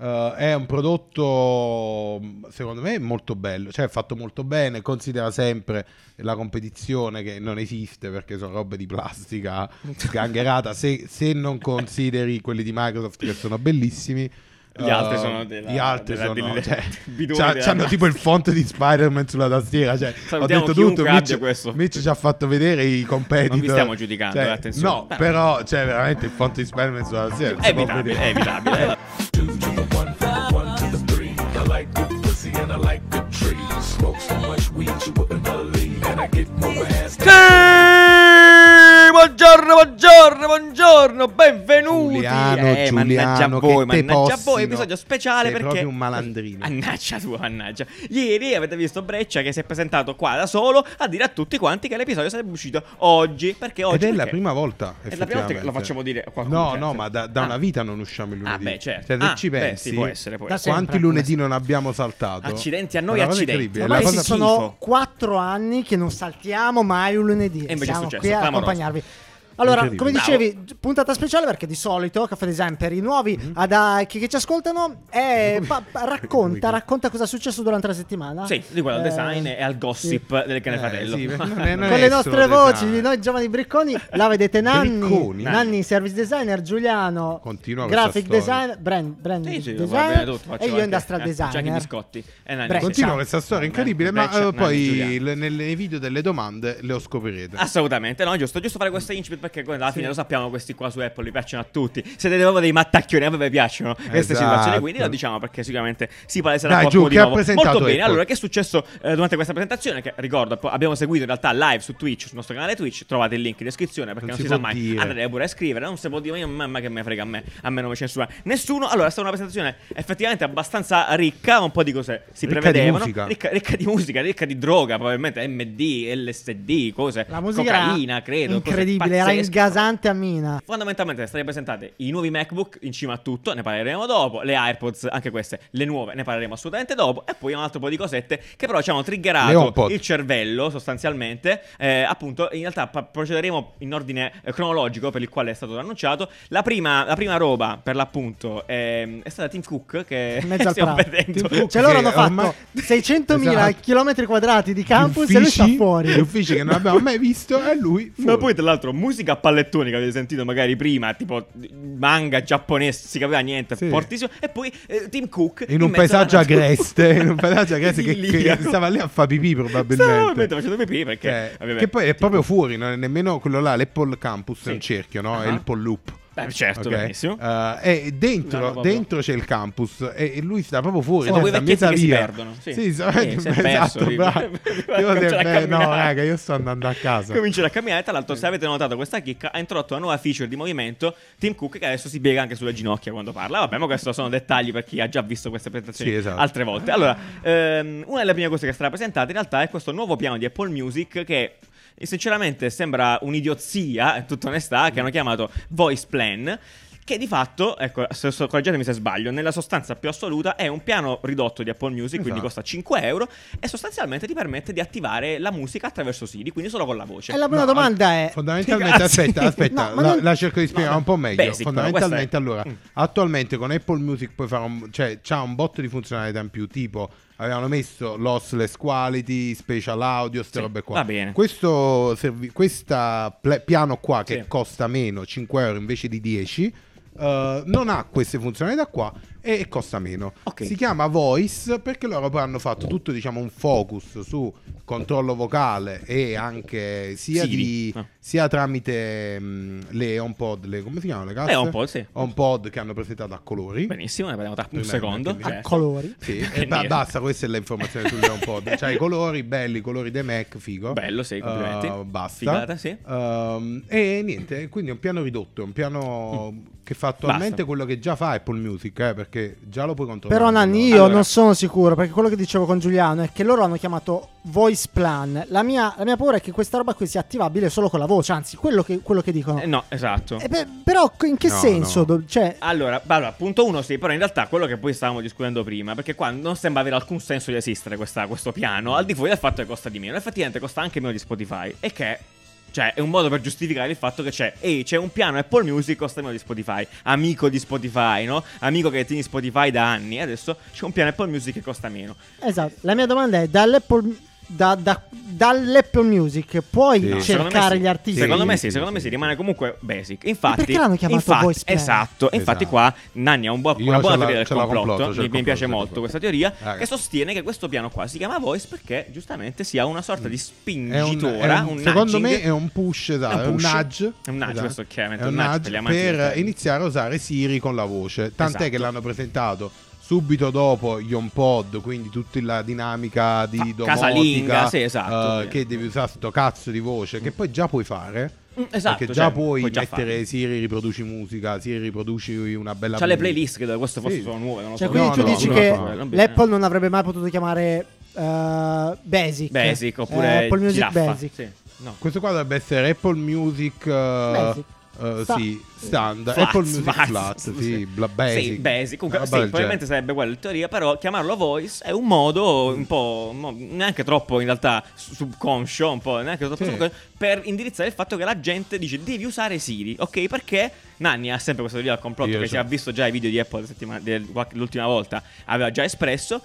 Eh, è un prodotto, secondo me, molto bello, cioè è fatto molto bene, considera sempre la competizione che non esiste perché sono robe di plastica sgangherata, se, se non consideri quelli di Microsoft che sono bellissimi. eh, Gli altri sono della- gli altri della- sono delle- cioè, bidoni c'ha- della c'hanno tipo il plastica. font di Spider-Man sulla tastiera cioè, ho Salutiamo detto chiunque tutto abbia Mitch, questo. Mitch ci ha fatto vedere i competitor Non vi stiamo giudicando, Cioè, eh, attenzione. no però cioè veramente il font di Spider-Man sulla tastiera non È si può evitabile, vedere. è evitabile. Two to the one, from the one to the three. I like good pussy and I like good trees. Smoke so much weed you wouldn't believe, and I get more ass. than- Sì, buongiorno, buongiorno, buongiorno, benvenuti. Giuliano, eh, mannaggia a Giuliano, voi, che te mannaggia a possino. voi, episodio speciale Sei perché proprio un malandrino. Mannaggia tu, mannaggia. Ieri avete visto Breccia che si è presentato qua da solo a dire a tutti quanti che l'episodio sarebbe uscito oggi, perché oggi ed è la perché- prima volta È la prima volta che lo facciamo dire a qualcuno, no cioè, no se- ma da, da Ah. una vita non usciamo il lunedì Ah, beh, certo. cioè, se Ah, ci beh, pensi sì, può essere, può Da essere. sempre. quanti lunedì non abbiamo saltato Accidenti a noi, È una cosa accidenti. incredibile, Ma la Ormai poi cosa- si- schifo. sono quattro anni che non saltiamo mai un lunedì. E invece è Siamo successo, qui a clamoroso. accompagnarvi. Allora, come Incredibile. dicevi, puntata speciale perché di solito Caffè Design per i nuovi Mhm. ad- a- che, che ci ascoltano è- pa- pa- racconta, racconta cosa è successo durante la settimana. Sì, riguarda al Eh, design e al gossip sì. del cane Eh, fratello. sì, non è- non Con le è nostre solo voci design. di noi giovani bricconi, la vedete Nanni, Bricconi? Nanni service designer, Giuliano, Continua questa graphic storia. design, brand, brand Sì, sì, va bene design tutto, faccio e io anche- industrial eh, faccio designer. anche i biscotti. Eh, Nanni, Breccia. sì. Continua Ciao. questa storia Nanni, incredibile, Breccia, ma eh, Nanni, poi Giuliano. le- nel video delle domande lo scoprirete. Ah, Assolutamente, no, giusto, giusto fare questo incipit perché alla fine lo sappiamo, questi qua su Apple li piacciono a tutti. Siete proprio dei mattacchioni, a voi vi piacciono queste Esatto. situazioni, quindi lo diciamo perché sicuramente si paleserà Dai, qualcuno giù, di che ha nuovo. presentato Molto bene, Apple? allora che è successo eh, durante questa presentazione? Che ricordo, po- abbiamo seguito in realtà live su Twitch, sul nostro canale Twitch, trovate il link in descrizione perché Non non, si si, può sa mai, dire. andate pure a scrivere, non si può dire, mamma che me frega a me, a me non mi censura nessuno. Allora, è stata una presentazione effettivamente abbastanza ricca, un po' di cose si Ricca di prevedevano, musica. ricca, ricca di musica, ricca di droga, probabilmente MD, LSD, cose La musica cocaina, era credo. cose incredibile, era pazzesche. ingasante a mina. Fondamentalmente saranno presentate i nuovi MacBook in cima a tutto, ne parleremo dopo, le AirPods, anche queste, le nuove, ne parleremo assolutamente dopo, e poi un altro po' di cosette che però ci hanno Le triggerato HomePod. il cervello sostanzialmente, Eh, appunto in realtà pa- procederemo in ordine eh, cronologico per il quale è stato annunciato, la prima, la prima roba per l'appunto ehm, è stata Tim Cook che In mezzo al stiamo prato. vedendo. Tim Cook. Cioè loro Sì, hanno fatto ormai- 600.000 Esatto. km quadrati di campus Gli e lui sta uffici- fuori. Gli uffici che non abbiamo mai visto e lui Ma fuori. poi, tra l'altro, musica a pallettoni che avete sentito magari prima, tipo manga giapponese, si capiva niente, Sì. fortissimo. E poi eh, Tim Cook in un mezzo alla paesaggio natura. agreste, in un paesaggio agreste che, Idilliaco. che stava lì a fa pipì Stava probabilmente. probabilmente facendo pipì perché Cioè, ovviamente- che poi è proprio fuori, non è nemmeno quello là, l'Apple Campus è Sì. un cerchio, no? È Ah. il Apple Loop. Beh, certo, ok? benissimo. Eh, e No, no, dentro, proprio. dentro c'è il campus e, e lui sta proprio fuori. Sono cioè, quei sta a mezza vecchietti che si via. perdono, sì. Sì, so- Sì, si è perso, esatto, tipo. bravo. Io Cominciano se- a beh, no, camminare. raga, io sto andando a casa. Cominciare a camminare, tra l'altro, se avete notato questa chicca, ha introdotto una nuova feature di movimento. Tim Cook che adesso si piega anche sulle ginocchia quando parla. Vabbè, ma questo sono dettagli per chi ha già visto queste presentazioni Sì, esatto. altre volte. Allora, ehm, una delle prime cose che sarà presentata in realtà è questo nuovo piano di Apple Music che. eh, Sinceramente sembra un'idiozia, in tutta onestà, che hanno chiamato Voice Plan, che di fatto, ecco, se- se- correggetemi se sbaglio, nella sostanza più assoluta è un piano ridotto di Apple Music, quindi Esatto. costa 5 euro, e sostanzialmente ti permette di attivare la musica attraverso Siri, quindi solo con la voce. E la prima No, domanda è: Fondamentalmente, Ragazzi. aspetta, aspetta, No, ma la, non- la cerco di spiegare no, un po' meglio. basic, però, Fondamentalmente, questa è- allora, Mm. attualmente con Apple Music puoi fare un, cioè, c'ha un botto di funzionalità in più, tipo avevano messo lossless quality, special audio, queste Sì, robe qua. va bene. Questo servi- questa pla- piano qua che Sì. costa meno, 5 euro invece di 10. eh, non ha queste funzionalità qua e costa meno. Ok. Si chiama Voice perché loro poi hanno fatto tutto diciamo un focus su controllo vocale e anche sia Siri. di Ah. sia tramite mh, le HomePod, le, come si chiamano le casse? Eh, HomePod, sì. Oh. HomePod che hanno presentato a colori. Benissimo, ne parliamo tra un Tremendo, secondo. quindi. a certo. colori. Sì, Che e ba- niente. basta, questa è l'informazione sulle HomePod. Cioè i colori belli, i colori dei Mac, figo. Bello, sì, complimenti. Eh, basta. Figata, sì. Ehm, e niente, quindi è un piano ridotto, è un piano che fa attualmente Mm. Basta. quello che già fa Apple Music, eh, perché già lo puoi controllare. Però, Nanni, io Allora. non sono sicuro perché quello che dicevo con Giuliano è che loro hanno chiamato voice plan. La mia, la mia paura è che questa roba qui sia attivabile solo con la voce, anzi, quello che, quello che dicono. Eh, no, esatto. Eh, beh, però, in che No, senso? no. Do- cioè, Allora, allora, punto uno sì, però in realtà quello che poi stavamo discutendo prima, perché qua non sembra avere alcun senso di esistere questa- questo piano, al di fuori del fatto che costa di meno, effettivamente costa anche meno di Spotify, e che Cioè, è un modo per giustificare il fatto che c'è, ehi, c'è un piano Apple Music costa di Spotify, amico di Spotify, no? Amico che tieni Spotify da anni, e adesso c'è un piano Apple Music che costa meno. Esatto, la mia domanda è dall'Apple, da- da- dall'Apple Music puoi Sì. No, Secondo me cercare sì. gli artisti? Secondo me Sì, sì, sì, secondo me sì. sì, rimane comunque basic. Infatti, perché l'hanno chiamato infatti, voice plan? Esatto, infatti Esatto. qua Nanni ha un buon- Io una buona ce la- teoria del ce la complotto, complotto, ce mi, la mi piace complotto, molto ce la questa teoria, Raga. che sostiene che questo piano qua si chiama voice perché giustamente si ha una sorta di Mm. È un- spingitora, è un- un, secondo nudging. me è un push, esatto, è un, push. nudge. È un nudge, esatto. questo chiaramente, È un nudge per gli amanti del per termine. iniziare a usare Siri con la voce. Tant'è Esatto. che l'hanno presentato subito dopo Pod quindi tutta la dinamica di Fa- domotica casalinga, sì, esatto. eh, che devi usare sto cazzo di voce, che poi già puoi fare. Mm, esatto, perché cioè, già puoi, puoi già mettere farlo. Siri riproduci musica, Siri riproduci una bella C'ha le playlist. playlist che da questo forse Sì. sono nuove, non lo Cioè, so. quindi No, tu no, dici no, che no, no, non- l'Apple non avrebbe mai potuto chiamare eh, Basic. Basic oppure Eh, Apple Music giraffa. Basic. Sì, no. Questo qua dovrebbe essere Apple Music. eh, Basic. eh, Sta- sì, standard. Flats, Apple Music Flats, Flat, sì, sì. bla- basic. Ah, eh, Sì, basic. Comunque, Una sì, roba del genere. probabilmente sarebbe quella in teoria, però chiamarlo voice è un modo un po' mo- neanche troppo in realtà su- subconscio, un po' neanche troppo Sì. subconscio, per indirizzare il fatto che la gente dice devi usare Siri, ok? Perché Nanni ha sempre questa teoria al complotto Io che so. ci ha visto già i video di Apple la settimana- del- qualche- l'ultima volta, aveva già espresso.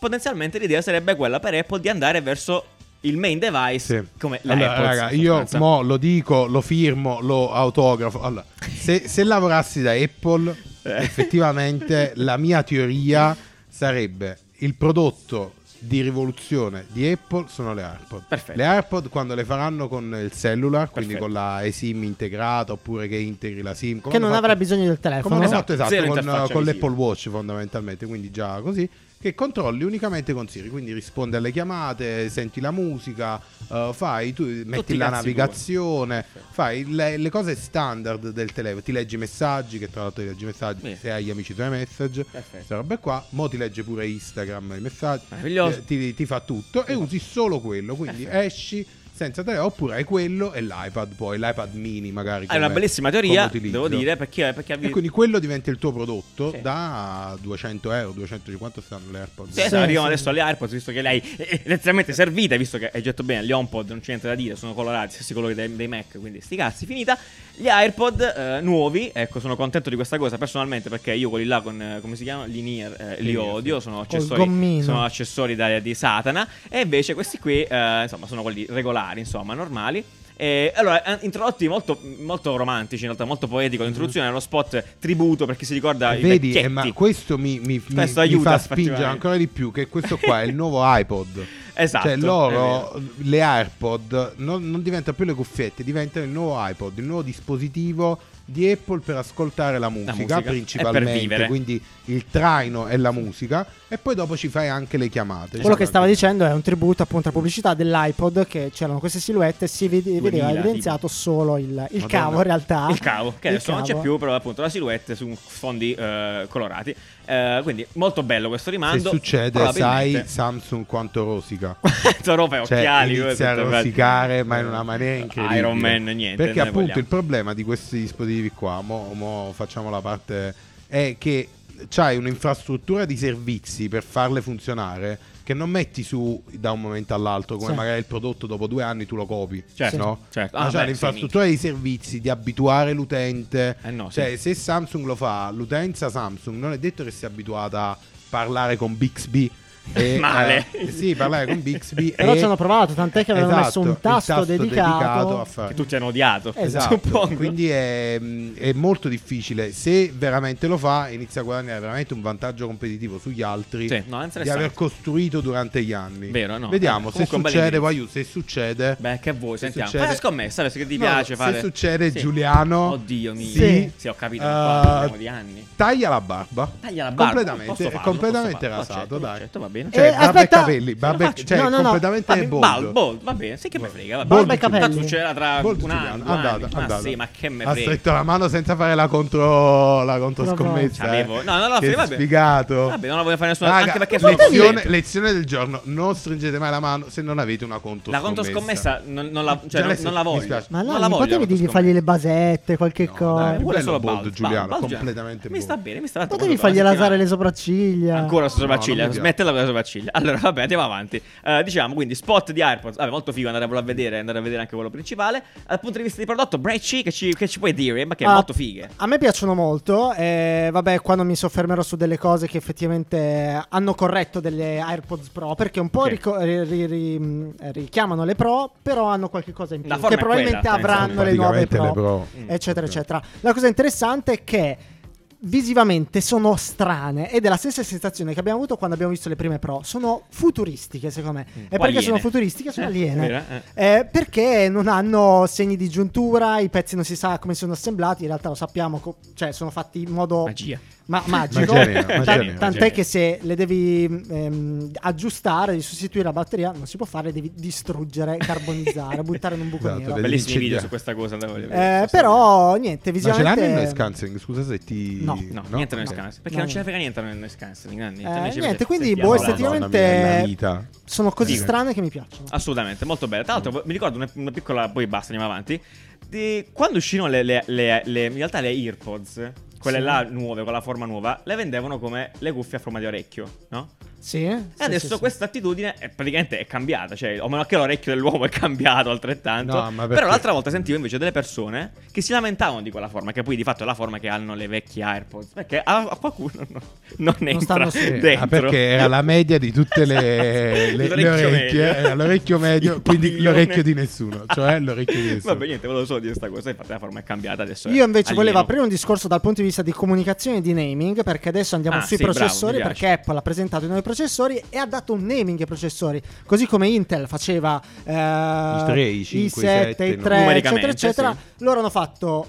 Potenzialmente l'idea sarebbe quella per Apple di andare verso il main device Sì. come la allora, AirPods, raga, in io sostanza. mo lo dico, lo firmo, lo autografo. Allora, se, se lavorassi da Apple, Eh. effettivamente la mia teoria sarebbe il prodotto di rivoluzione di Apple sono le AirPod. Perfetto. Le AirPod quando le faranno con il cellular, quindi Perfetto. con la eSIM integrata oppure che integri la SIM, come Che hanno non fatto- avrà bisogno del Come telefono. hanno Esatto, fatto esatto zero con, interfaccia con visiva. l'Apple Watch fondamentalmente, quindi già così, che controlli unicamente con Siri, quindi risponde alle chiamate, senti la musica, eh, fai, tu metti i la cazzi navigazione, fai le, le cose standard del telefono, ti leggi i messaggi, che tra l'altro ti leggi i messaggi, Bene. se hai gli amici tu hai message, Perfetto. queste robe qua, mo ti legge pure Instagram i messaggi, Meraviglioso. Esatto. eh, ti, ti fa tutto e usi solo quello, quindi esci... Senza telefono, oppure hai quello e l'iPad poi, l'iPad mini magari. è una come- bellissima teoria, come utilizzo. devo dire, perché, perché ha E visto quindi quello diventa il tuo prodotto Sì. da 200 euro, 250 stanno le AirPods. Sì, esatto, Sì, arriviamo sì. adesso alle AirPods, visto che lei è letteralmente servita, visto che hai detto bene, gli HomePod non c'è niente da dire, sono colorati, stessi colori dei, dei Mac, quindi sti cazzi, finita. Gli AirPod eh, nuovi, ecco, sono contento di questa cosa personalmente perché io quelli là con, eh, come si chiamano, l'in-ear, eh, li L'in-ear, odio, sono accessori, gommino. sono accessori da- di Satana, e invece questi qui, eh, insomma, sono quelli regolari, insomma, normali. E allora, eh, introdotti molto, molto romantici, in realtà molto poetico. L'introduzione è uno spot tributo per chi si ricorda i Mm-hmm. Vedi, eh, vecchietti. ma questo mi, mi- mi- Questo mi aiuta, fa spingere effettivamente. ancora di più che questo qua è il nuovo iPod. Esatto. cioè è loro, vero. le AirPod, non, non diventano più le cuffiette, diventano il nuovo iPod, il nuovo dispositivo di Apple per ascoltare la musica, musica. E per principalmente. vivere. quindi il traino è la musica e poi dopo ci fai anche le chiamate. Quello Esatto. che stava dicendo dicendo è un tributo appunto alla pubblicità dell'iPod che c'erano queste silhouette e si vede- 2000, vedeva evidenziato solo il, il cavo in Ah, realtà. Il cavo, che Il adesso non c'è cavo. più, però appunto la silhouette su fondi eh, colorati. Eh, quindi molto bello questo Se rimando. succede, sai probabilmente- Samsung quanto rosica. Toro fa Cioè, occhiali. inizia a tutto, guarda. rosicare, ma in una maniera incredibile. Iron Man, niente. Perché non ne appunto il vogliamo. problema di questi dispositivi qua, mo, mo facciamo la parte, è che c'hai un'infrastruttura di servizi per farle funzionare che non metti su da un momento all'altro, come Sì. magari il prodotto dopo due anni tu lo copi. Certo, no? certo. Ma Ah, c'hai beh, l'infrastruttura di servizi, di abituare l'utente. Eh no, sì. cioè, se Samsung lo fa, l'utenza Samsung non è detto che sia abituata a parlare con Bixby. e, Male. eh, sì, parlare con Bixby Però e- ci hanno provato, tant'è che avevano messo Esatto, un il tasto, dedicato. a fare. Che tutti hanno odiato. Esatto, suppongo. Esatto, quindi è, è molto difficile. Se veramente lo fa, inizia a guadagnare veramente un vantaggio competitivo sugli altri Sì, no, è di interessante. aver costruito durante gli anni. Vero, no? Vediamo Eh, se comunque un bel succede. inizio. Poi io, se succede, Beh, che vuoi, se sentiamo. succede- Fai la scommessa, adesso che ti No, piace se fare. succede, Sì. Giuliano, Oddio mio. sì. Sì, ho capito. Eh, ma qua parliamo di anni. taglia la barba. Taglia la barba. Completamente, posso farlo, è completamente posso farlo, rasato, lo accetto, lo dai. accetto, va bene. Cioè, Eh, barba aspetta. e capelli, barba e- Faccio- cioè, no, no, no. completamente Vabbè, bold. bald, bold, va bene, sì che me frega, va bene. Bold Barba e Giuliano. capelli. Tanto succederà tra Bold un Giuliano, anno, due andata, anni. andata. Ma sì, ma che me Ha frega. stretto la mano senza fare la contro la controscommessa. Sapevo. eh. No, no, no, Che sì, vabbè. sfigato. Vabbè, non la voglio fare nessuna. Raga, anche perché sono lezione, contento. lezione del giorno, non stringete mai la mano se non avete una La controscommessa. controscommessa non, non la, Già cioè, non, adesso non la mi voglio. spiace. Ma non là la non voglio. potevi la dirgli controscommessa. fargli le basette, qualche No, cosa. dai, Eh, pure Bello solo bold, bald, bald, Giuliano, bald, Giuliano. completamente Mi sta bold. bene, mi sta tanto Potevi bold, fargli la lasare settimana. le sopracciglia. Ancora su No, non sopracciglia, mi piace. smettila con la sopracciglia. Allora, vabbè, andiamo avanti. Eh, diciamo quindi spot di AirPods. Vabbè, molto figo andatevelo a vedere, andare a vedere anche quello principale. Dal punto di vista di prodotto, Brecci, che ci, che ci puoi dire? Ma che è Ah, molto fighe. A me piacciono molto. eh, vabbè, qua non mi soffermerò su delle cose che effettivamente hanno corretto delle AirPods Pro. Perché un po' Ok. rico- ri- ri- ri- mh, richiamano le Pro, però hanno qualche cosa in più. La forma Che è quella, probabilmente cioè, insomma. avranno le nuove Praticamente le Pro. Mm, eccetera, ok. eccetera. La cosa interessante è che visivamente sono strane ed è la stessa sensazione che abbiamo avuto quando abbiamo visto le prime Pro. Sono futuristiche, secondo me. Un e po' perché sono Mm. aliene. futuristiche? Sono Eh, aliene. vero, eh. Eh, perché non hanno segni di giuntura, i pezzi non si sa come sono assemblati, in realtà lo sappiamo, co- cioè sono fatti in modo Magia. ma- magico. Magia nera, Tan- magia nera. tant'è che se le devi ehm, aggiustare, sostituire la batteria, non si può fare, devi distruggere, carbonizzare, buttare in un buco Esatto, nero. devi- incendiare. Bellissimi video su questa cosa. andavo a vedere. Eh, però niente, Ma ce l'hanno visivamente in noise cancelling? Scusa se ti... No. No, niente nel Ok. scanso. Perché No, non ce ne no. frega niente nel scanso. Niente, Eh, noi ci niente, quindi, sentiamo boh, là. Madonna effettivamente- mia, la vita. sono così Sì. strane che mi piacciono. Ah. Assolutamente, molto bene. Tra l'altro, mi ricordo una, una piccola. Poi basta, andiamo avanti. Di- quando uscirono le, le- le- le- in realtà le AirPods, quelle Sì. là nuove, con la forma nuova, le vendevano come le cuffie a forma di orecchio, no? Sì. E Eh, adesso questa attitudine è praticamente è cambiata, cioè, o meno che l'orecchio dell'uomo è cambiato altrettanto. No, ma perché- Però l'altra volta sentivo invece delle persone che si lamentavano di quella forma, che poi di fatto è la forma che hanno le vecchie AirPods, perché a, a qualcuno no- non entra stanno su- dentro. Ah, perché era la media di tutte le, le- Esatto. le L'orecchio orecchie, medio. era l'orecchio medio, Il quindi padiglione. l'orecchio di nessuno, cioè l'orecchio di nessuno. Vabbè, niente, volevo solo dire questa cosa, infatti la forma è cambiata adesso. è Io invece alieno. volevo aprire un discorso dal punto di vista di comunicazione e di naming, perché adesso andiamo Ah, sui sì, bravo, processori, mi piace. perché Apple ha presentato i nuovi processori e ha dato un naming ai processori, così come Intel faceva eh, i tre, i cinque, i sette, i no? 3, eccetera, Numericamente, eccetera. sì. Loro hanno fatto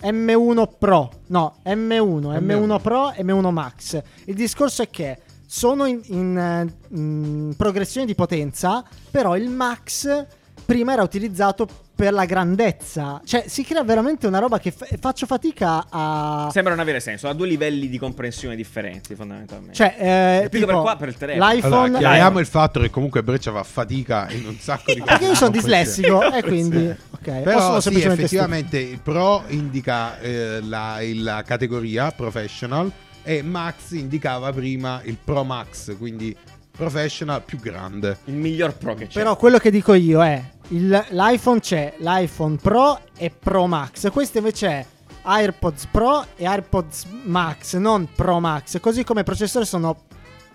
M1 Pro, no, M1, M1 M1 Pro, M1 Max. Il discorso è che sono in, in, eh, in progressione di potenza, però il max prima era utilizzato per la grandezza. Cioè, si crea veramente una roba che fa- faccio fatica a. Sembra non avere senso, ha due livelli di comprensione differenti fondamentalmente. Cioè, eh, È più per tipo, qua, per il telefono. L'iPhone. Allora, L'iPhone. chiariamo il fatto che comunque Breccia fa fatica in un sacco di cose. perché io sono Non può essere. dislessico, e quindi. Ah, Sì. Ok, o Però sono sì, semplicemente effettivamente il Pro indica eh, la, il- la categoria Professional e Max indicava prima il Pro Max, quindi Professional più grande. Il miglior pro che c'è. Però quello che dico io è il- l'iPhone c'è l'iPhone Pro e Pro Max. Questo invece è AirPods Pro e AirPods Max, non Pro Max. Così come i processori sono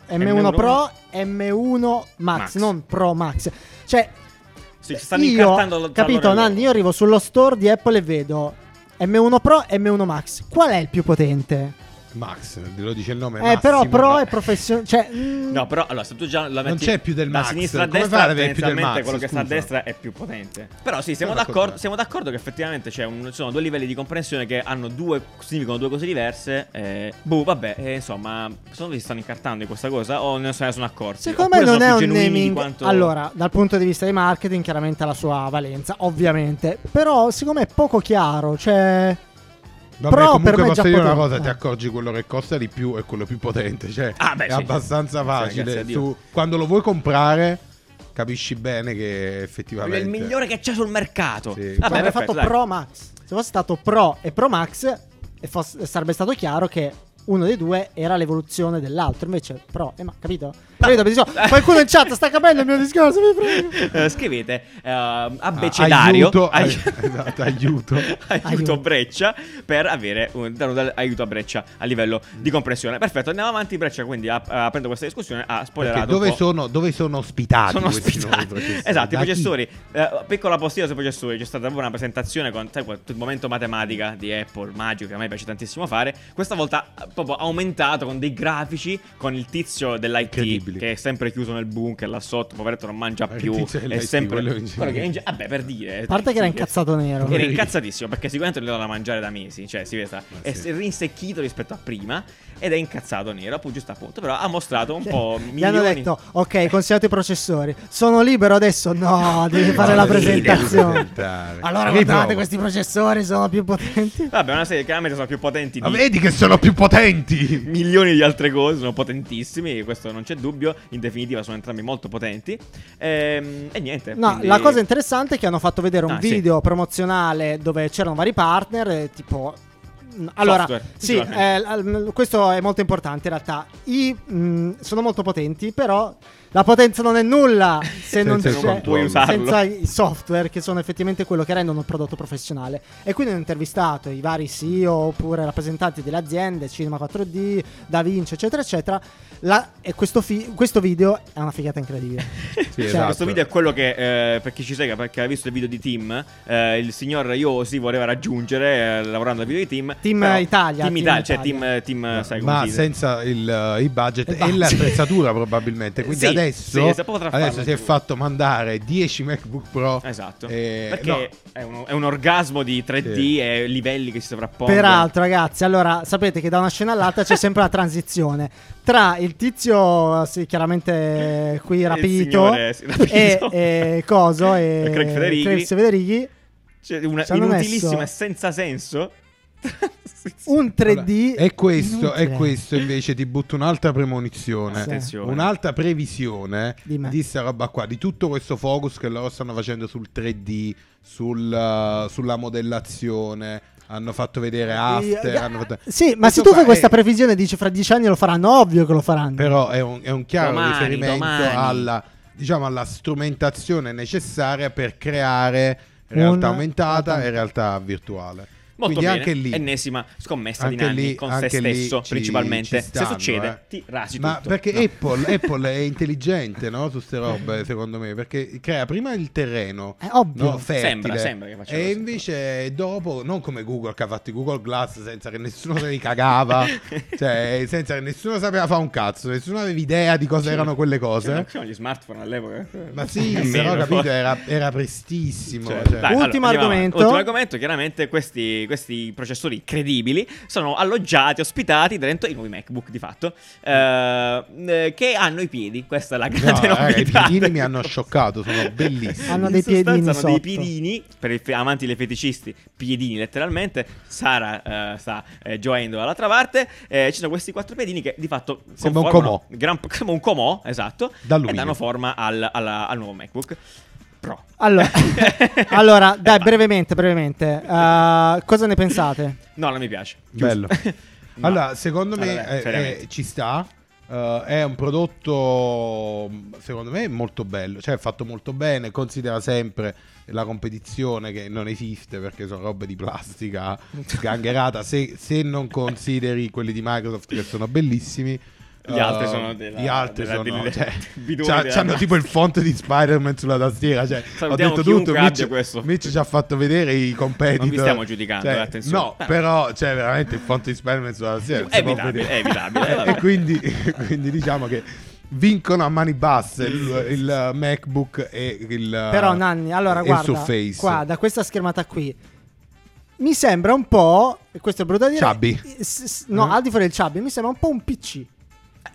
M1 M1 Pro, M1 Max, Max. non Pro Max. Cioè, si stanno io, incartando lo- tra capito loro e loro. Nanni, io arrivo sullo store di Apple e vedo M1 Pro e M1 Max. Qual è il più potente? Max, lo dice il nome. Eh, Massimo, però Pro no? è professionale, cioè mm, No, però allora, se tu già la metti Non c'è più del da Max. sinistra a Come destra, fai ad avere più del tendenzialmente Max, quello che sta a scusa? destra è più potente. Però sì, siamo Sono d'accordo, d'accordo. siamo d'accordo che effettivamente c'è un- ci sono due livelli di comprensione che hanno due significano due cose diverse. eh, boh, vabbè, eh, insomma, secondo me si stanno incartando in questa cosa o ne se ne sono accorti? Secondo me Oppure non è sono più un genuini di naming. quanto- Allora, dal punto di vista di marketing, chiaramente ha la sua valenza, ovviamente. Però, secondo me è poco chiaro. Cioè, Vabbè, Pro comunque per me è già posso dire una potente. cosa, ti Eh. accorgi quello che costa di più e quello più potente, cioè Ah, beh, è sì. abbastanza Sì, grazie a facile. Dio. Tu- quando lo vuoi comprare capisci bene che È effettivamente... il migliore che c'è sul mercato. Sì. Vabbè, se avrebbe perfetto, fatto dai. Pro Max. Se fosse stato Pro e Pro Max, e fosse- sarebbe stato chiaro che uno dei due era l'evoluzione dell'altro. Invece, Pro, eh, ma capito? Capito? Benissimo. Qualcuno in chat sta capendo il mio discorso, mi prego. Eh, scrivete eh, Ah, abbecedario aiuto, ai- ai- esatto, aiuto. Aiuto Aiuto. Breccia per avere un, dare un dare aiuto a Breccia a livello Mm. di comprensione perfetto andiamo avanti Breccia quindi ha- ha- aprendo questa discussione ha Perché spoilerato un dove po'. sono, dove sono ospitati Sono Ah, questi nuovi ospitati processori? esatto Da i chi? processori Eh, piccola postilla sui processori c'è stata proprio una presentazione con sai, quel momento matematica di Apple magico che a me piace tantissimo fare questa volta eh, proprio aumentato con dei grafici con il tizio dell'IT Incredibili. che è sempre chiuso nel bunker là sotto poveretto non mangia Ma che più tizio è dell'IT, sempre quello è un genio. quello che è in gi- vabbè per dire eh, A parte che era Sì, che- incazzato nero. era incazzatissimo perché sicuramente non era da mangiare da mesi, cioè si vede, sta- Ma è sì. rinsecchito rispetto a prima ed è incazzato nero, appunto giusto appunto, però ha mostrato un po' milioni Cioè, Gli hanno detto, ok, consigliate i processori. Sono libero adesso? No, devi fare la No, devi presentazione. presentare. Allora, Riprova. guardate, questi processori sono più potenti. Vabbè, una serie che chiaramente sono più potenti di Ma vedi che sono più potenti! milioni di altre cose, sono potentissimi, questo non c'è dubbio, in definitiva sono entrambi molto potenti. Ehm, e niente. No, quindi- la cosa interessante è che hanno fatto vedere un Ah, sì. video promozionale dove c'erano vari partner, eh, tipo Allora, Software, sì, eh, l- questo è molto importante in realtà. I, mm, sono molto potenti, però la potenza non è nulla se non Senza il c'è- controllo. senza i software che sono effettivamente quello che rendono un prodotto professionale. E quindi ho intervistato i vari CEO oppure rappresentanti delle aziende, Cinema 4D, Da Vinci, eccetera, eccetera. La- e questo, fi- questo video è una figata incredibile. Sì, Cioè, esatto. Questo video è quello che, eh, per chi ci segue, perché ha visto il video di Tim, eh, il signor Iosi voleva raggiungere, eh, lavorando al video di Tim. Team Italia, Team Team Italia, cioè Italia. Team, eh, team, sai come ma si dice? senza il, eh, il budget Il e budget. l'attrezzatura probabilmente quindi Sì, adesso, sì, se potrà adesso farlo si è più. fatto mandare 10 MacBook Pro Esatto. eh, perché no, è, uno- è un orgasmo di 3D Sì. e livelli che si sovrappongono. Peraltro, ragazzi, allora sapete che da una scena all'altra c'è sempre la transizione tra il tizio, eh, sì, chiaramente eh, qui Il rapito, signore, sì, rapito. E, e Coso e Craig Federighi. Craig Federighi, Cioè, una Ci hanno inutilissima messo- e senza senso. un 3D. e questo, e inutile. questo invece ti butto un'altra premonizione Sì. Attenzione. un'altra previsione Di me. di sta roba qua, di tutto questo focus che loro stanno facendo sul 3D, sul, uh, sulla modellazione, hanno fatto vedere After, hanno fatto- Eh, Sì, ma se Questo tu qua fai questa è- previsione e dici fra dieci anni lo faranno, ovvio che lo faranno. Però è un, è un chiaro Domani, riferimento domani. alla, diciamo, alla strumentazione necessaria per creare realtà Un- aumentata e realtà virtuale. Molto Quindi bene. anche lì... Ennesima scommessa anche di Nanni lì- con se anche lì stesso, ci- principalmente. ci stanno, se succede, eh. ti rasi Ma tutto. perché No. Eh. Apple, Apple è intelligente no? su ste robe, secondo me, perché crea prima il terreno È ovvio. no? fertile, Sembra- sembra che e faccia così. invece dopo, non come Google che ha fatto i Google Glass senza che nessuno se li cagava, cioè senza che nessuno sapeva fare un cazzo, nessuno aveva idea di cosa erano quelle Cioè, non cose. c'erano gli smartphone all'epoca. Ma sì, Nemmeno, però capito, forse. era, era prestissimo. Cioè, cioè. dai, andiamo Ultimo avanti. argomento. Ultimo argomento, chiaramente questi, questi processori incredibili sono alloggiati, ospitati dentro i nuovi MacBook di fatto, eh, eh, che hanno i piedi, questa è la grande No, raga, novità. i piedini mi hanno scioccato, sono bellissimi. Hanno In dei sostanza piedini hanno dei sotto. piedini, per i fe- amanti dei feticisti, piedini letteralmente, Sara eh, sta eh, gioendo dall'altra parte, eh, ci sono questi quattro piedini che di fatto Sembra un conformano- comò. gran- come un comò, esatto, e D'alluminio. danno forma al, alla- al nuovo MacBook Pro. Allora, allora, Eh, dai, va. brevemente, brevemente. Uh, cosa ne pensate? No, non mi piace. Bello. Ma- Allora, secondo me Allora, eh, eh, seriamente. ci sta. eh, è un prodotto, mm, secondo me, molto bello. Cioè, è fatto molto bene. Considera sempre la competizione che non esiste perché sono robe di plastica sgangherata. se, se non consideri quelli di Microsoft che sono bellissimi. Gli altri eh, sono della- gli altri della- sono delle- cioè, bidoni c'ha- della- c'hanno tipo il font di Spider-Man sulla tastiera cioè, ho Salutiamo detto chiunque tutto abbia Mitch, questo. Mitch ci ha fatto vedere i competitor Non vi stiamo giudicando, Cioè, eh, attenzione. no però cioè veramente il font di Spider-Man sulla tastiera non si può Evitabile, vedere. evitabile, Eh, vabbè. e quindi, quindi diciamo che vincono a mani basse il, il MacBook e il Però Nanni, e allora Ah, il guarda, Surface qua da questa schermata qui mi sembra un po', e questo è brutto da dire, eh, Chubby. s- s- no, Mm. al di fuori del chubby, mi sembra un po' un PC.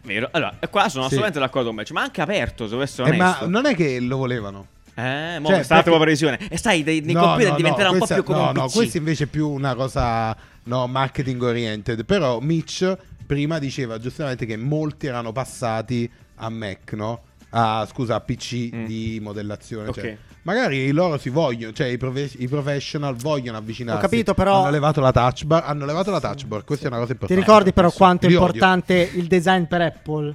Vero? Allora, qua sono Sì. assolutamente d'accordo con me, cioè, ma anche aperto, se questo Eh, ma onesto. non è che lo volevano Eh, mo Cioè, è stata perché- la previsione. E sai, dei, nei No, computer no, diventerà no, un questa- po' più come no, un no, PC. questa invece è più una cosa no, marketing oriented. Però Mitch prima diceva giustamente che molti erano passati a Mac, no? A, scusa, a PC Mm. di modellazione. cioè. Ok. magari loro si vogliono, cioè i, profe- i professional vogliono avvicinarsi. Ho capito, però- Hanno levato la touch bar. Hanno levato la touch bar. Questa è una cosa Ti importante. ricordi però quanto è Li odio. importante il design per Apple?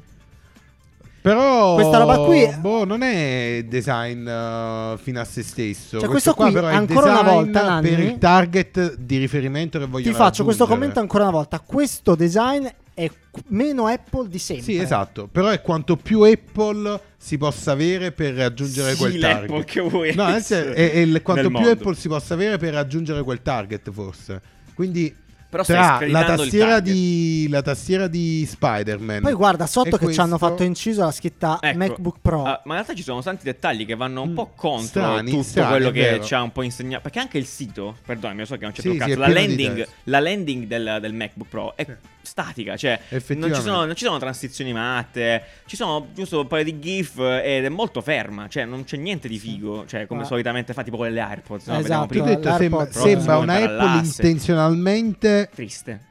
Però Questa roba qui- boh, non è design eh, fino a se stesso. Cioè, questo, questo qua qui, però è ancora una design volta, Nanni- per il target di riferimento che voglio Ti faccio questo commento ancora una volta. Questo design è qu- meno Apple di sempre. Sì, esatto, però è quanto più Apple si possa avere per raggiungere Sì, quel l'Apple target. che vuoi. No, nel senso, è, è il- quanto Nel più mondo. Apple si possa avere per raggiungere quel target, forse. Quindi Però stai tra la screditando il tastiera, target. di, la tastiera di Spider-Man. Poi guarda sotto e che ci hanno questo- fatto inciso la scritta Ecco, MacBook Pro. ah, ma in realtà ci sono tanti dettagli che vanno un po' Mm, contro strani, tutto strani, quello è che vero. ci ha un po' insegnato. Perché anche il sito, perdonami, lo so che non c'è Sì, un sì, cazzo, è la pieno di landing, testo. la landing del, del MacBook Pro è Sì. statica, cioè non ci, Effettivamente. sono, non ci sono transizioni matte, ci sono giusto un paio di GIF eh, ed è molto ferma, cioè non c'è niente di figo, cioè come Ah. solitamente fa tipo con le AirPods, no? Ti ho Vediamo Esatto. prima. detto, sembra, l'AirPod, sembra però, una si Apple muove dall'asse. intenzionalmente Triste.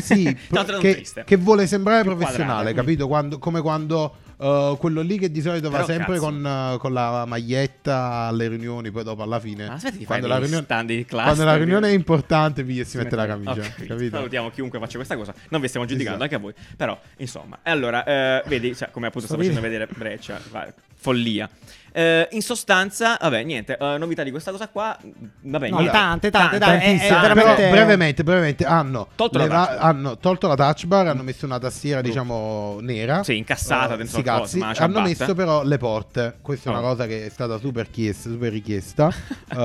Sì, Tanto non che, triste. che vuole sembrare Più professionale, quadrata, capito? Quando- come quando eh, eh, quello lì che di solito va Però, sempre cazzo. con, eh, con la maglietta alle riunioni, poi dopo alla fine. Ma aspetti di quando la fare dei riunione, stand di classe, quando la di- riunione è importante, piglia e si mette la Ho camicia. capito. Capito? Salutiamo chiunque faccia questa cosa. Non vi stiamo giudicando Esatto. anche a voi. Però, insomma, E allora, eh, vedi, cioè, come appunto sta facendo vedere Breccia, va- follia. Eh, in sostanza, vabbè, niente, eh, novità di questa cosa qua. Vabbè, No, niente. tante, tante, dai, è- è tantissime. Ah, veramente- però, brevemente, brevemente, hanno Tolto la leva- touch bar. hanno tolto la touch bar, hanno messo una tastiera, diciamo, nera. Sì, incassata Eh, dentro sti al coso, cazzi. ma ci Hanno abbatte. messo però le porte. Questa è Oh. una cosa che è stata super chiesta, super richiesta. Eh,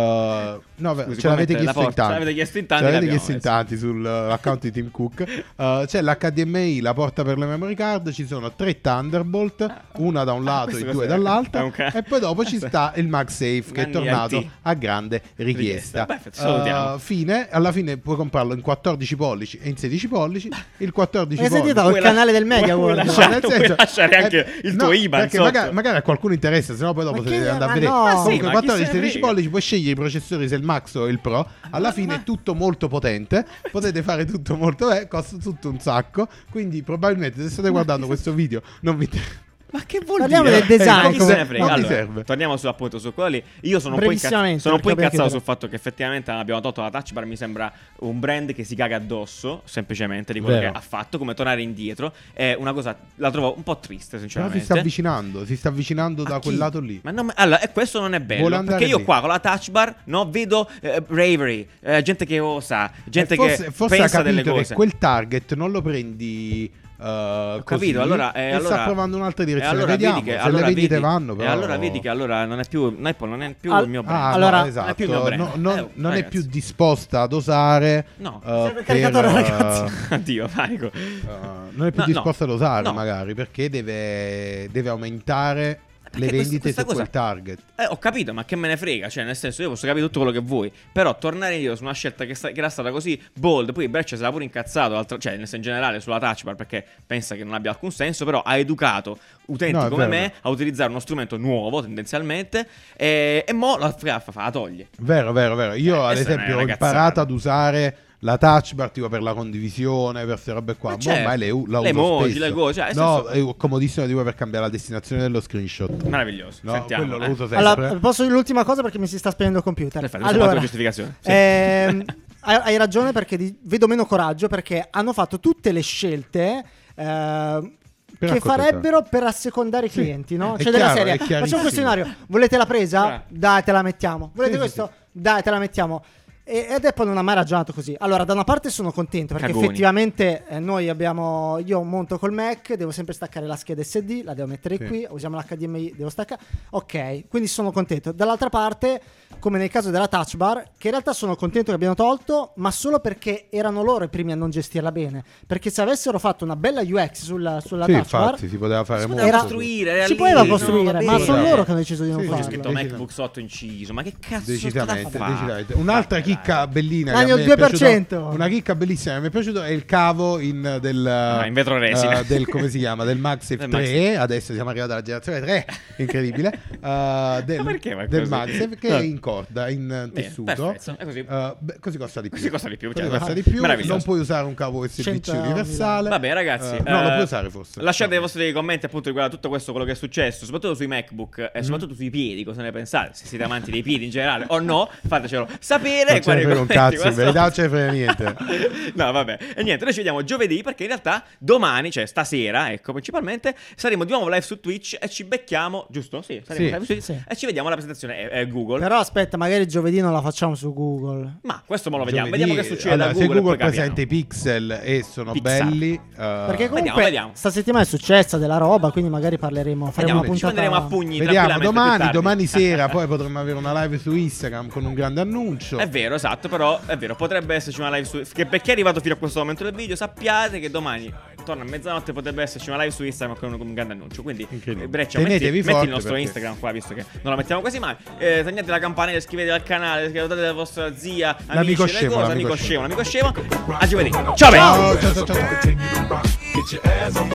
no, beh, Scusi, ce l'avete puoi mettere la chiesto porta? in tanti. Ce l'avete chiesto in tanti, Ce l'avete l'abbiamo chiesto in messo. tanti sull'account di Team Cook. Eh, c'è l'HDMI, la porta per le memory card, ci sono tre Thunderbolt, una da un Ah, lato questo e cos'è? due È un ca- dall'altra. E poi dopo ci sta il MagSafe che è Nanni tornato IT. a grande Richiesta. richiesta. Perfetto, salutiamo. Eh, fine, alla fine puoi comprarlo in 14 pollici e in 16 pollici. Il 14 Hai pollici. sentito il canale del Media puoi World? lasciare- Nel puoi senso- lasciare anche eh, il no, tuo IBAN esatto. Perché sotto. magari, magari a qualcuno interessa, sennò poi dopo Ma se che- deve andare ma a vedere. no. Ma sì, Comunque, ma chi 14 se ne 13 frega? pollici, puoi scegliere i processori se il Max o il Pro. Alla fine è tutto molto potente. Potete fare tutto molto bene, costa tutto un sacco. Quindi, probabilmente, se state guardando questo video, non vi interessa. Ma che vuol Parliamo dire? del design, Ma chi se come- ne frega? ma chi Allora, serve? torniamo su, appunto su quello lì. Io sono un po', incazz- Brevissimamente, sono un po' perché abbiamo incazzato chiuso. sul fatto che effettivamente abbiamo tolto la touch bar. Mi sembra un brand che si caga addosso, semplicemente, di quello Vero. che ha fatto. Come tornare indietro. È una cosa, la trovo un po' triste, Però sinceramente. si sta avvicinando, si sta avvicinando A da chi? quel lato lì. Ma no, ma- allora, e questo non è bello. Vuole Perché andare io lì. qua con la touch bar no, vedo eh, bravery, eh, gente che osa, gente E Eh, forse, che forse pensa ha delle capito cose. che quel target non lo prendi. eh, Ho così, capito, allora, eh, e allora- sta provando un'altra direzione. e allora Vediamo vedi che, se allora le vendite vedi- vanno. e Però. allora vedi che allora non è più Apple non è più Al- il mio brand. Ah, Allora- no, non esatto. è più il mio brand. No, no, Eh, non è ragazzi. più disposta ad osare. No, eh, serve il caricatore, per, ragazzi. Addio, panico. eh, non è più No, disposta no, ad osare, no. Eh, magari, perché deve, deve aumentare Perché le questa- vendite questa su cosa- quel target. Eh, ho capito, ma che me ne frega, cioè, nel senso, io posso capire tutto quello che vuoi, però tornare indietro su una scelta che, sta- che era stata così bold, poi Breccia se l'ha pure incazzato, altra- cioè, nel senso, in generale sulla touch bar, perché pensa che non abbia alcun senso, però ha educato utenti No, è come vero. me a utilizzare uno strumento nuovo, tendenzialmente, e, e mo la, fa- fa- fa- la toglie. Vero, vero, vero. Eh, Io, ad questa è una esempio, ho ragazzata. imparato ad usare la touch bar tipo per la condivisione, per queste robe qua. Boh, Ma Ma certo. ormai le, u- la Le uso emoji, spesso. le cose, cioè, nel no, senso- è comodissimo tipo per cambiare la destinazione dello screenshot. Meraviglioso. No, Sentiamo. quello eh. lo uso sempre. Allora, posso dire l'ultima cosa perché mi si sta spegnendo il computer. Perfetto, questa è la allora, tua giustificazione. Sì. ehm, hai hai ragione perché di- vedo meno coraggio perché hanno fatto tutte le scelte. Per ehm, che accontentare. farebbero per assecondare i Sì. clienti, no? È Cioè, della chiaro, è serie, facciamo un chiarissimo. questionario. Volete la presa? Bravo. Dai, te la mettiamo. Volete Sì, sì, questo? Dai, te la mettiamo. E, ed Apple non ha mai ragionato così. Allora, da una parte sono contento perché Cagoni. effettivamente eh, noi abbiamo. Io monto col Mac, devo sempre staccare la scheda SD, la devo mettere Sì. qui. Usiamo l'HDMI, devo staccare. Ok, quindi sono contento. Dall'altra parte, come nel caso della touch bar, che in realtà sono contento che abbiano tolto, ma solo perché erano loro i primi a non gestirla bene. Perché se avessero fatto una bella UX sulla, sulla sì, touch bar, infatti, si poteva fare Si molto. poteva era- costruire, era si lì, poteva no, costruire, vabbè. ma sono Sì, loro che hanno deciso di non sì, sì, Poi c'è farlo. scritto Decisamente. MacBook sotto inciso. Ma che cazzo è Decisamente, stata fa? decisamente. Un'altra Vabbè, chicca dai. bellina. Dai, che a me il è piaciuta- 2%. una chicca bellissima che mi è piaciuta è il cavo in, del, Ah, in vetro resina. eh, del come si chiama? Del MagSafe Del 3. Adesso siamo arrivati alla generazione 3, incredibile. Eh, del, Ma perché va del così? MagSafe che Ah. è in corda, in eh, Bene, tessuto. perfetto, è così. Eh, beh, così costa di più. Così costa di più, Così certo. costa di più. Meraviglioso. Non puoi usare un cavo USB-C 100 universale. Vabbè, ragazzi, Eh, no, eh, lo puoi usare forse. Lasciate i vostri commenti appunto riguardo a tutto questo, quello che è successo, soprattutto sui MacBook Mm-hmm. e soprattutto sui piedi. Cosa ne pensate? Se siete amanti dei piedi in generale o no, fatecelo sapere. Non ce ne guardate i frega un commenti cazzo, qua in verità non sotto. ce ne frega niente. no, vabbè. E niente, noi ci vediamo giovedì perché in realtà domani, cioè stasera, ecco, principalmente saremo di nuovo live su Twitch e ci becchiamo, giusto? Sì, saremo Sì. live su Twitch Sì. e ci vediamo alla presentazione eh, eh, Google. Però aspetta, magari giovedì non la facciamo su Google. Ma questo mo lo vediamo, Giovedì- vediamo che succede allora, da Google. Se Google e poi capiamo. presenta i pixel e sono Pixar. belli, eh, Perché comunque Vediamo, vediamo. sta settimana è successa della roba, quindi magari parleremo, faremo Vediamo, una ci puntata. prenderemo a pugni Vediamo tranquillamente più domani, tardi. domani sera poi potremmo avere una live su Instagram con un grande annuncio. È vero, esatto, però è vero, potrebbe esserci una live su che per chi è arrivato fino a questo momento del video, sappiate che domani intorno a mezzanotte potrebbe esserci una live su Instagram con un, con un grande annuncio. Quindi Incredibile. eh, Breccia, metti, Tenetevi metti il forte nostro perché- Instagram qua, visto che non la mettiamo quasi mai. Eh, tagliate la campanella, iscrivetevi al canale, salutate la vostra zia, amici, L'amico le scemo, cose, l'amico amico scemo. scemo, l'amico scemo. A giovedì. Ciao, Ciao, belli! ciao, ciao, ciao. Get your ass on